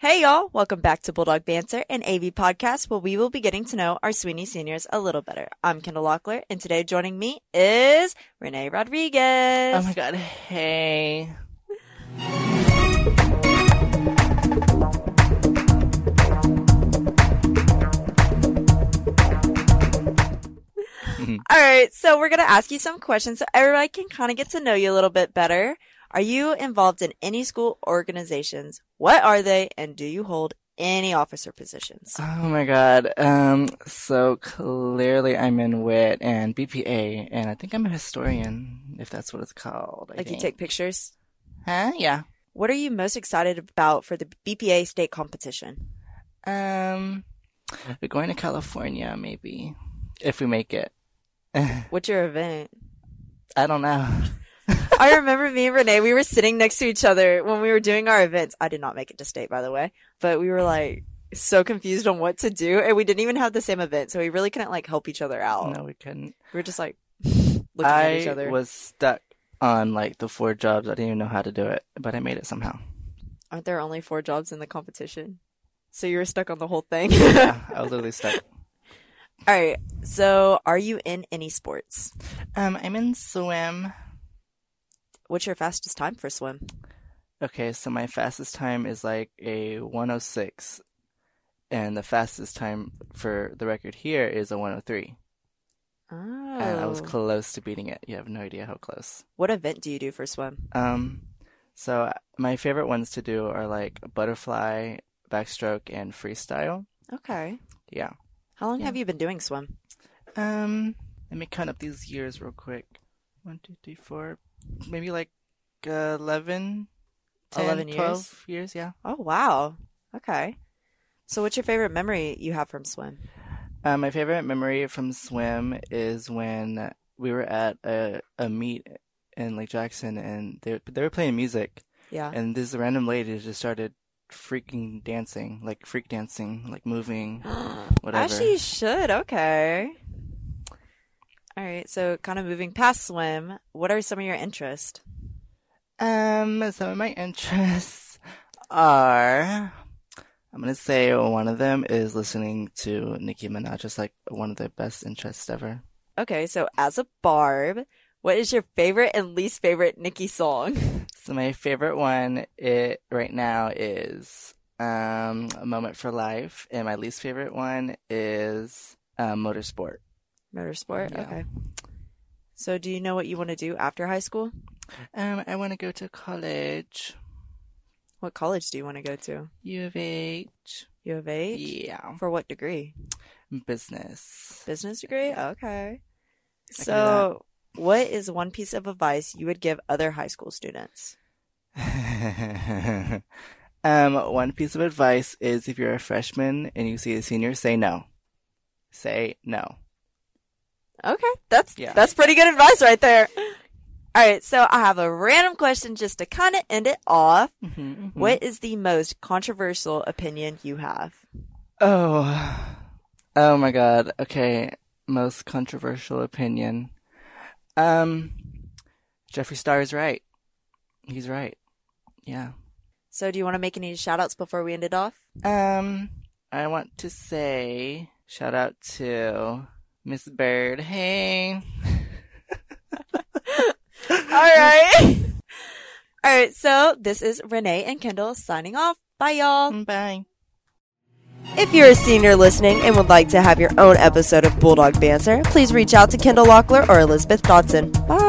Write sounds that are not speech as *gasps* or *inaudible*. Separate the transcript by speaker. Speaker 1: Hey y'all, welcome back to Bulldog Banter, an AV podcast where we will be getting to know our Sweeney seniors a little better. I'm Kendall Locklear, and today joining me is Renee Rodriguez.
Speaker 2: Oh my god, hey.
Speaker 1: All right, so we're going to ask you some questions so everybody can kind of get to know you a little bit better. Are you involved in any school organizations? What are they? And do you hold any officer positions?
Speaker 2: Oh my god. Um so clearly I'm in wit and BPA and I think I'm a historian if that's what it's called. I
Speaker 1: like you
Speaker 2: think.
Speaker 1: take pictures?
Speaker 2: Huh? Yeah.
Speaker 1: What are you most excited about for the BPA state competition?
Speaker 2: Um we're going to California maybe if we make it.
Speaker 1: What's your event?
Speaker 2: I don't know.
Speaker 1: I remember me and Renee, we were sitting next to each other when we were doing our events. I did not make it to state, by the way, but we were like so confused on what to do. And we didn't even have the same event. So we really couldn't like help each other out.
Speaker 2: No, we couldn't.
Speaker 1: We were just like Oh. looking
Speaker 2: I
Speaker 1: at each other.
Speaker 2: was stuck on like the four jobs. I didn't even know how to do it, but I made
Speaker 1: *laughs*
Speaker 2: it somehow.
Speaker 1: Aren't there only four jobs in the competition? So you were stuck on the whole thing.
Speaker 2: Yeah, I was literally stuck.
Speaker 1: *laughs* All right. So are you in any sports?
Speaker 2: Um I'm in swim.
Speaker 1: What's your fastest time for swim?
Speaker 2: Okay, so my fastest time is like a 106, and the fastest time for the record here is a 103.
Speaker 1: Oh.
Speaker 2: And I Uh, was close to beating it. You have no idea how close.
Speaker 1: what event do you do for swim?
Speaker 2: Um, so my favorite ones to do are like butterfly, backstroke, and freestyle.
Speaker 1: Okay.
Speaker 2: Yeah.
Speaker 1: How long
Speaker 2: Yeah.
Speaker 1: have you been doing swim?
Speaker 2: Um, let me count up these years real quick. One, two, three, four, maybe like uh, 11, 10,
Speaker 1: 11 years?
Speaker 2: 12 years, yeah.
Speaker 1: Oh wow. Okay. So what's your favorite memory you have from swim?
Speaker 2: Uh, my favorite memory from swim is when we were at a, a meet in Lake Jackson and they they were playing music
Speaker 1: Yeah. *gasps*
Speaker 2: and this random lady just started freaking dancing, like freak dancing, like moving, whatever.
Speaker 1: As she should. Okay. All right. So kind of moving past swim, what are some of your interests?
Speaker 2: Um, some of my interests are, I'm gonna say one of them is listening to Nicki Minaj, just like one of the best interests ever.
Speaker 1: Okay. So as a Barb, what is your favorite and least favorite Nicki song? *laughs*
Speaker 2: So my favorite one it right now is um A Moment for Life and my least favorite one is um, Motorsport.
Speaker 1: Motorsport.
Speaker 2: Yeah.
Speaker 1: Okay. So do you know what you want to do after high school?
Speaker 2: Um I want to go to college.
Speaker 1: What college do you want to go to?
Speaker 2: U of H.
Speaker 1: U of H.
Speaker 2: Yeah.
Speaker 1: For what degree?
Speaker 2: Business. *laughs*
Speaker 1: Business degree? Okay.
Speaker 2: do
Speaker 1: So, what is one piece of advice you would give other high school students?
Speaker 2: um one piece of advice is if you're a freshman and you see a senior say no. Say no.
Speaker 1: Okay, that's
Speaker 2: Yeah.
Speaker 1: that's pretty good advice right there. *laughs* All right, so I have a random question just to kind of end it off.
Speaker 2: Hmm.
Speaker 1: What is the most controversial opinion you have?
Speaker 2: Oh, oh my God. Okay, most controversial opinion. Um, Jeffree Star is right. He's right. Yeah.
Speaker 1: So, do you want to make any shout outs before we end it
Speaker 2: *laughs*
Speaker 1: off?
Speaker 2: Um, I want to say shout out to Miss Bird. Hey.
Speaker 1: All right. *laughs* All right, so this is Renee and Kendall signing off. Bye, y'all.
Speaker 2: Bye.
Speaker 1: If you're a senior listening and would like to have your own episode of Bulldog Banter, please reach out to Kendall Locklear or Elizabeth Dodson. Bye.